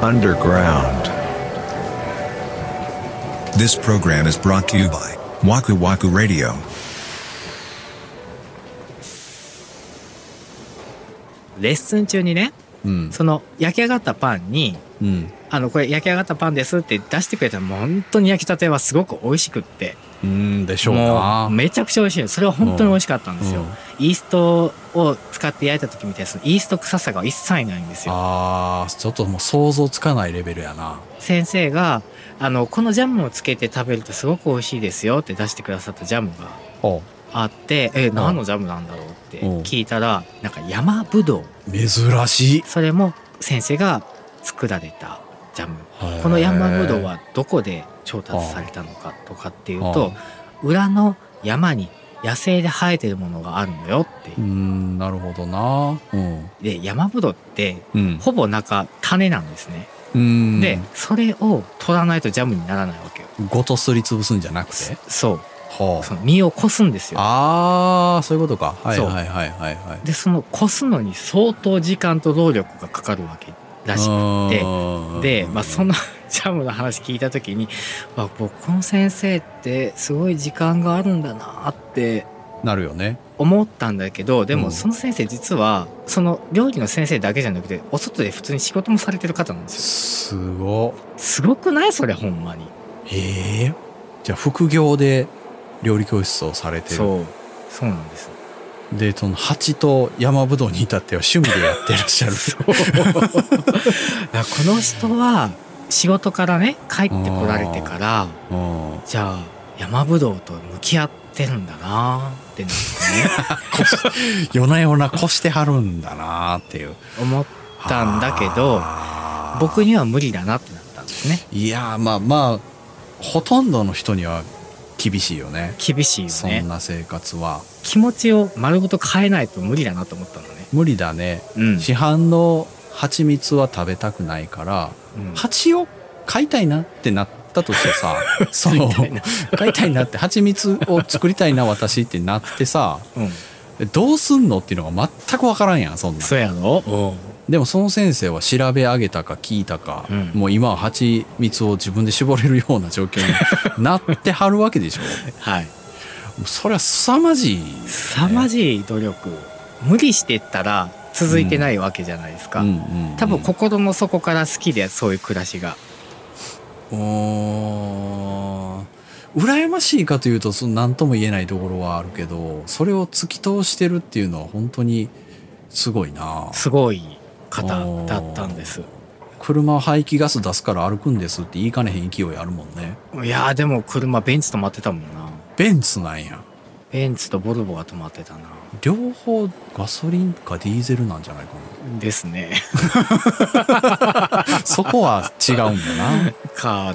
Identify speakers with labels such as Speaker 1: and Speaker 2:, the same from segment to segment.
Speaker 1: Underground.
Speaker 2: This program is brought to you by Waku Waku Radio.
Speaker 3: レッスン中にね
Speaker 4: うん
Speaker 3: その焼き上がったパンに
Speaker 4: うん
Speaker 3: 「あのこれ焼き上がったパンです」って出してくれたのもう本当に焼きたてはすごく美味しくって
Speaker 4: うんでしょう
Speaker 3: も
Speaker 4: な
Speaker 3: うめちゃくちゃ美味しいのそれは本当に美味しかったんですよ、
Speaker 4: うんうん
Speaker 3: イーストを使って焼いた時みたいにそのイースト臭さが一切ないんですよ
Speaker 4: あーちょっともう想像つかないレベルやな
Speaker 3: 先生があの「このジャムをつけて食べるとすごく美味しいですよ」って出してくださったジャムが
Speaker 4: お
Speaker 3: あって「え何のジャムなんだろう?」って
Speaker 4: うん
Speaker 3: 聞いたらなんか山ぶどう
Speaker 4: 珍しい
Speaker 3: それも先生が作られたジャムこの山ぶどうはどこで調達されたのかとかっていうと裏の山に野生で生えてるものがあるのよって
Speaker 4: うーんなるほどなうん
Speaker 3: で山ぶどうって
Speaker 4: うん
Speaker 3: ほぼ中種なんですね、
Speaker 4: うん
Speaker 3: でそれを取らないとジャムにならないわけよ
Speaker 4: ごとすりつぶすんじゃなくて
Speaker 3: そう
Speaker 4: は
Speaker 3: その実をこすんですよ
Speaker 4: ああーそういうことかはい
Speaker 3: そう
Speaker 4: はいはいはいはい
Speaker 3: でそのこすのに相当時間と労力がかかるわけらしくって
Speaker 4: く
Speaker 3: で、まあ、そのジャムの話聞いた時に、まあ、僕この先生ってすごい時間があるんだなって
Speaker 4: なるよね
Speaker 3: 思ったんだけどで
Speaker 4: う
Speaker 3: も
Speaker 4: ん
Speaker 3: その先生実はその料理の先生だけじゃなくてお外で普通に仕事もされてる方なんですよ
Speaker 4: すご
Speaker 3: すごくないそれほんまに
Speaker 4: ええじゃあ副業で料理教室をされてる
Speaker 3: そうそうなんです
Speaker 4: でその蜂と山ぶどうに至っては趣味でやってらっしゃる
Speaker 3: そうだからこの人は仕事からね帰ってこられてから
Speaker 4: うん
Speaker 3: じゃあ山ぶどうと向き合ってるんだなってなんかね
Speaker 4: 夜な夜な越してはるんだなーっていう
Speaker 3: 思ったんだけど
Speaker 4: あー
Speaker 3: 僕には無理だなってなったんですね
Speaker 4: いやーまあまあほとんどの人には厳しいよね
Speaker 3: 厳しいよ
Speaker 4: そ
Speaker 3: ね
Speaker 4: んな生活は
Speaker 3: 気持ちを丸ごと変えないと無理だなと思ったのね
Speaker 4: 無理だね
Speaker 3: うん、
Speaker 4: 市販の蜂蜜は食べたくないから
Speaker 3: うん
Speaker 4: 蜂を飼いたいなってなったとして さその
Speaker 3: みたいな
Speaker 4: 飼いたいなって蜂蜜を作りたいな私ってなってさ
Speaker 3: うん
Speaker 4: どうすんのっていうのが全く分からんやんそんなん
Speaker 3: そうやろうん
Speaker 4: でもその先生は調べ上げたか聞いたか、
Speaker 3: うん
Speaker 4: もう今は蜂蜜を自分で絞れるような状況になってはるわけ でしょ
Speaker 3: はい
Speaker 4: それは凄まじい、ね、
Speaker 3: 凄まじい努力無理してったら続いてないわけじゃないですか、
Speaker 4: うんうんうん
Speaker 3: 多分心の底から好きでそういう暮らしが
Speaker 4: うーん羨ましいかというとその何とも言えないところはあるけどそれを突き通してるっていうのは本当にすごいな
Speaker 3: すごい方だったんです
Speaker 4: 車は排気ガス出すから歩くんですって言いかねへん勢いあるもんね
Speaker 3: いやーでも車ベンツ止まってたもんな
Speaker 4: ベンツなんや
Speaker 3: ベンツとボルボが止まってたな
Speaker 4: 両方ガソリンかディーゼルなんじゃないか
Speaker 3: ですね
Speaker 4: なそこは違うんだ
Speaker 3: か
Speaker 4: な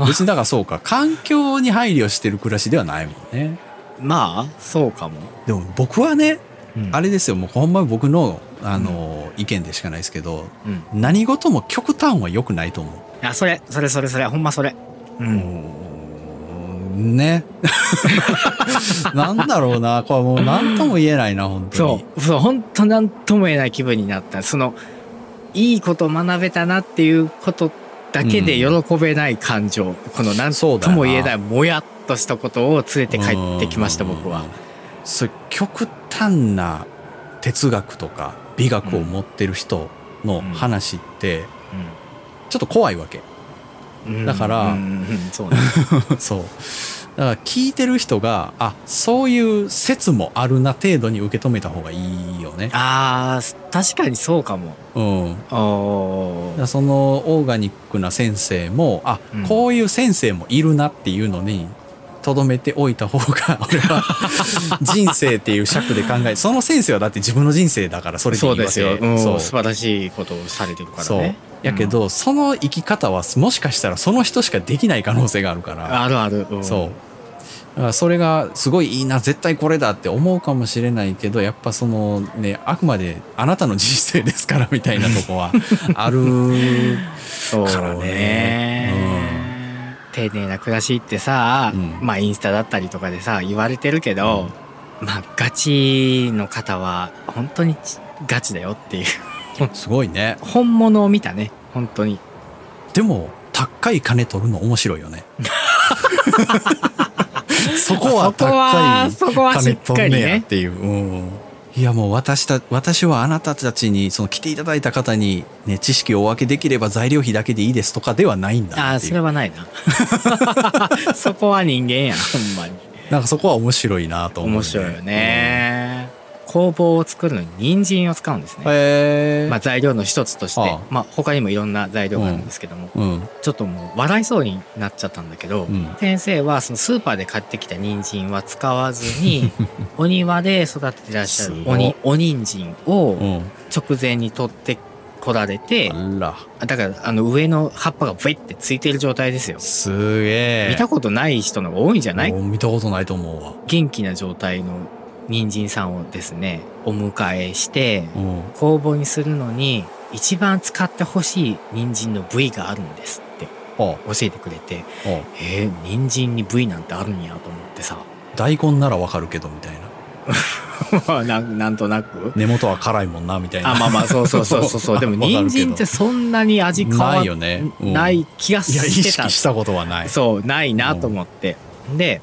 Speaker 3: な
Speaker 4: 別にだからそうか環境に配慮してる暮らしではないもんね
Speaker 3: まあそうかも、
Speaker 4: でも僕はね
Speaker 3: うん
Speaker 4: あれですよもうほんまに僕のあの、意見でしかないですけど
Speaker 3: うん
Speaker 4: 何事も極端は良くないと思う。
Speaker 3: あそれそれそれそれほんまそれうん
Speaker 4: ね。 なんだろうな。これもう何とも言えないな、本当
Speaker 3: そ
Speaker 4: に。
Speaker 3: うそう本当なんとも言えない気分になったそのいいこと学べたなっていうことだけで喜べない感情、このなん
Speaker 4: そうだ
Speaker 3: と
Speaker 4: よ
Speaker 3: も
Speaker 4: な
Speaker 3: 言えないもやっとしたことを連れて帰ってきました僕は
Speaker 4: そう。極端な哲学とか美学を持ってる人の話って、ちょっと怖いわけ。
Speaker 3: うんうん
Speaker 4: だか
Speaker 3: うん
Speaker 4: ら
Speaker 3: うんそう ね
Speaker 4: そう。だから聞いてる人が、あ、そういう説もあるな程度に受け止めた方がいいよね。
Speaker 3: あー確かにそうかも
Speaker 4: うん。
Speaker 3: お
Speaker 4: だからそのオーガニックな先生もあ、
Speaker 3: うん
Speaker 4: こういう先生もいるなっていうのにとどめておいた方が 俺は人生っていう尺で考えその先生はだって自分の人生だからそれでいい
Speaker 3: そ
Speaker 4: わ
Speaker 3: う
Speaker 4: け
Speaker 3: ですよ、うん
Speaker 4: そう
Speaker 3: 素晴らしいことをされてるから
Speaker 4: そう
Speaker 3: ね
Speaker 4: やけど、その生き方はもしかしたらその人しかできない可能性があるから
Speaker 3: あるある、うん
Speaker 4: そうだからそれがすごいいいな絶対これだって思うかもしれないけどやっぱそのねあくまであなたの人生ですからみたいなと こはある
Speaker 3: そう
Speaker 4: からね
Speaker 3: 丁寧な暮らしってさ、
Speaker 4: うん
Speaker 3: まあインスタだったりとかでさ言われてるけど、まあガチの方は本当にちガチだよっていう
Speaker 4: すごいね
Speaker 3: 本物を見たね本当に
Speaker 4: でも高い金取るの面白いよ ねそこは高い
Speaker 3: そこはそこはし
Speaker 4: 金
Speaker 3: っか
Speaker 4: 取
Speaker 3: り
Speaker 4: ん
Speaker 3: ね
Speaker 4: ねやっていう、うんいやもう私た私はあなたたちにその来ていただいた方に、ね、知識をお分けできれば材料費だけでいいですとかではないん
Speaker 3: あ
Speaker 4: だな
Speaker 3: あ
Speaker 4: ってい
Speaker 3: そうれはないな そこは人間やほんまに
Speaker 4: なんかそこは面白いなと思う、
Speaker 3: 面白いよね、工房を作るのに人参を使うんですね
Speaker 4: うん、へえ
Speaker 3: まあ、材料の一つとして
Speaker 4: ああ
Speaker 3: まあ、他にもいろんな材料があるんですけども、
Speaker 4: うん
Speaker 3: ちょっともう笑いそうになっちゃったんだけど、
Speaker 4: うん
Speaker 3: 先生はそのスーパーで買ってきた人参は使わず にお庭で育ててらっしゃる
Speaker 4: すごい
Speaker 3: おにお人参
Speaker 4: う
Speaker 3: を
Speaker 4: ん
Speaker 3: 直前に取ってこられて、
Speaker 4: あら
Speaker 3: だからあの上の葉っぱがブイってついてる状態ですよ。
Speaker 4: すげえ
Speaker 3: 見たことない人の方が多いんじゃない
Speaker 4: もう見たことないと思うわ
Speaker 3: 元気な状態の人参さんをですねお迎えして
Speaker 4: うん
Speaker 3: 工房にするのに一番使ってほしい人参の部位があるんですって
Speaker 4: あ
Speaker 3: 教えてくれて
Speaker 4: あ
Speaker 3: えー、人参に部位なんてあるんやと思ってさ
Speaker 4: 大根ならわかるけどみたいな
Speaker 3: まあ なんなんとなく
Speaker 4: 根元は辛いもんなみたい
Speaker 3: あ
Speaker 4: な
Speaker 3: まあまあそうそうそうそうそうでも
Speaker 4: わかるけど
Speaker 3: 人参ってそんなに味変わ
Speaker 4: ないよねうん
Speaker 3: ない気が
Speaker 4: いや意
Speaker 3: してた
Speaker 4: 識したことはない
Speaker 3: そうないなと思って、で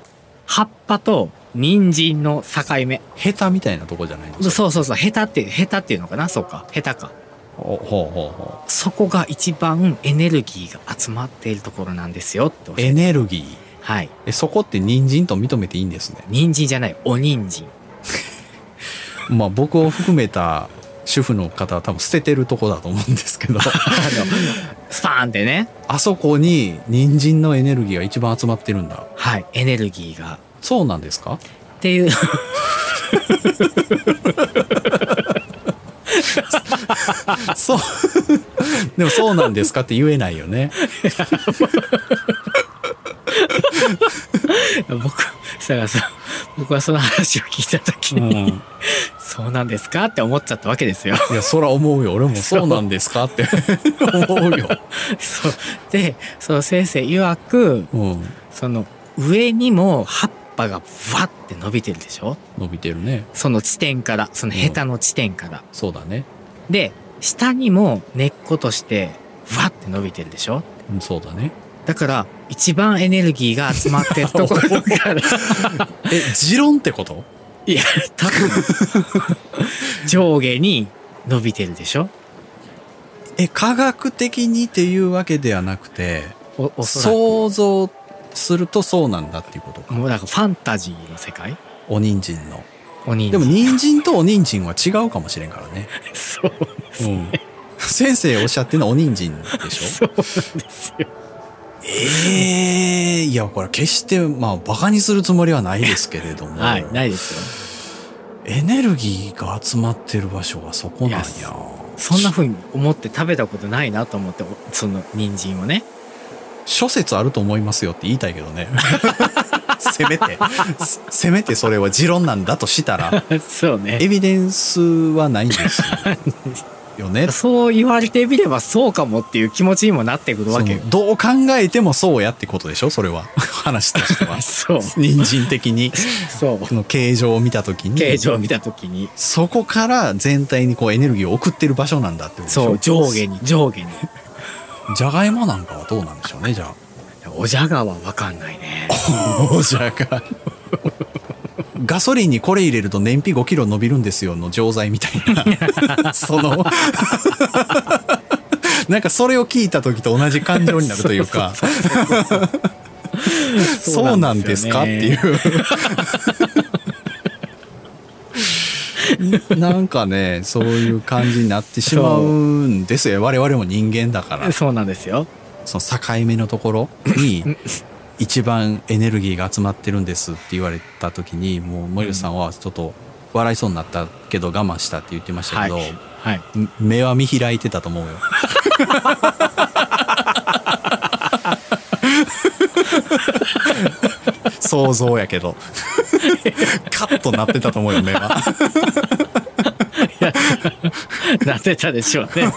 Speaker 3: 葉っぱと人参の境目
Speaker 4: 下手みたいなとこじゃないですか
Speaker 3: そうそうそうヘタってヘタっていうのかなそうかヘタか
Speaker 4: ほうほうほ
Speaker 3: そこが一番エネルギーが集まっているところなんですよって教え
Speaker 4: う
Speaker 3: て
Speaker 4: エネルギー
Speaker 3: はい
Speaker 4: えそこって人参と認めていいんですね
Speaker 3: 人参じゃないお人参
Speaker 4: まあ僕を含めた主婦の方は多分捨ててるとこだと思うんで すけど
Speaker 3: スパーンってね
Speaker 4: あそこに人参のエネルギーが一番集まってるんだ
Speaker 3: はいエネルギーが
Speaker 4: そうなんですか
Speaker 3: っていう
Speaker 4: そう でもそうなんですかって言えないよね
Speaker 3: 僕だからさ僕はその話を聞いた時に、
Speaker 4: うん
Speaker 3: そうなんですかって思っちゃったわけ ですよ
Speaker 4: いやそら思うよ俺もそうなんですかって思うよ、
Speaker 3: そうでその先生曰く
Speaker 4: うん、
Speaker 3: その上にも葉っぱがふわって伸びてるでしょ
Speaker 4: 伸びてるね
Speaker 3: その地点からそのヘタの地点から、
Speaker 4: そうだね
Speaker 3: で下にも根っことしてふわって伸びてるでしょ
Speaker 4: うんそうだね
Speaker 3: だから一番エネルギーが集まってると ころから
Speaker 4: え持論ってこと
Speaker 3: いや多分上下に伸びてるでしょ
Speaker 4: え科学的にっていうわけではなくて
Speaker 3: おおそらく
Speaker 4: 想像するとそうなんだっていうことか
Speaker 3: もうなんかファンタジーの世界
Speaker 4: お人参の
Speaker 3: お人
Speaker 4: でも
Speaker 3: 参
Speaker 4: 人参とお人参は違うかもしれんからね、
Speaker 3: そうです
Speaker 4: うん、先生おっしゃってるのはお人参でし
Speaker 3: そ
Speaker 4: ょ
Speaker 3: うなんですよ
Speaker 4: ええいやこれ決してまあバカにするつもりはないですけれども、
Speaker 3: はいないです
Speaker 4: エネルギーが集まってる場所がそこなんや
Speaker 3: いやよそんな風に思って食べたことないなと思っておその人参をね
Speaker 4: 諸説あると思いますよって言いたいけど ねせめてせせめてそれは持論なんだとしたら
Speaker 3: そうね
Speaker 4: エビデンスはないんですよよ ね
Speaker 3: そう言われてみればそうかもっていう気持ちにもなってくるわけよ
Speaker 4: そのどう考えてもそうやってことでしょそれは話としては
Speaker 3: そう
Speaker 4: 人参的に
Speaker 3: そう
Speaker 4: この形状を見た時に
Speaker 3: 形状を見た時に
Speaker 4: そこから全体にこうエネルギーを送ってる場所なんだってことでしょ
Speaker 3: そう上下に上下に
Speaker 4: じゃがいもなんかはどうなんでしょうねじゃあ
Speaker 3: おじゃがはわかんないね
Speaker 4: おじゃが ガソリンにこれ入れると燃費5キロ伸びるんですよの錠剤みたい なそのなんかそれを聞いた時と同じ感情になるというか
Speaker 3: そうそうそうそう
Speaker 4: そうなんですかっていううなんかねそういう感じになってしまうんですよ我々も人間だから
Speaker 3: そうなんですよ
Speaker 4: その境目のところに一番エネルギーが集まってるんですって言われた時にもう森内さんはちょっと笑いそうになったけど我慢したって言ってました
Speaker 3: は
Speaker 4: け
Speaker 3: い
Speaker 4: ど、
Speaker 3: はい
Speaker 4: ん目は見開いてたと思うよ想像やけどカッとなってたと思うよ目は。
Speaker 3: なってたでしょうね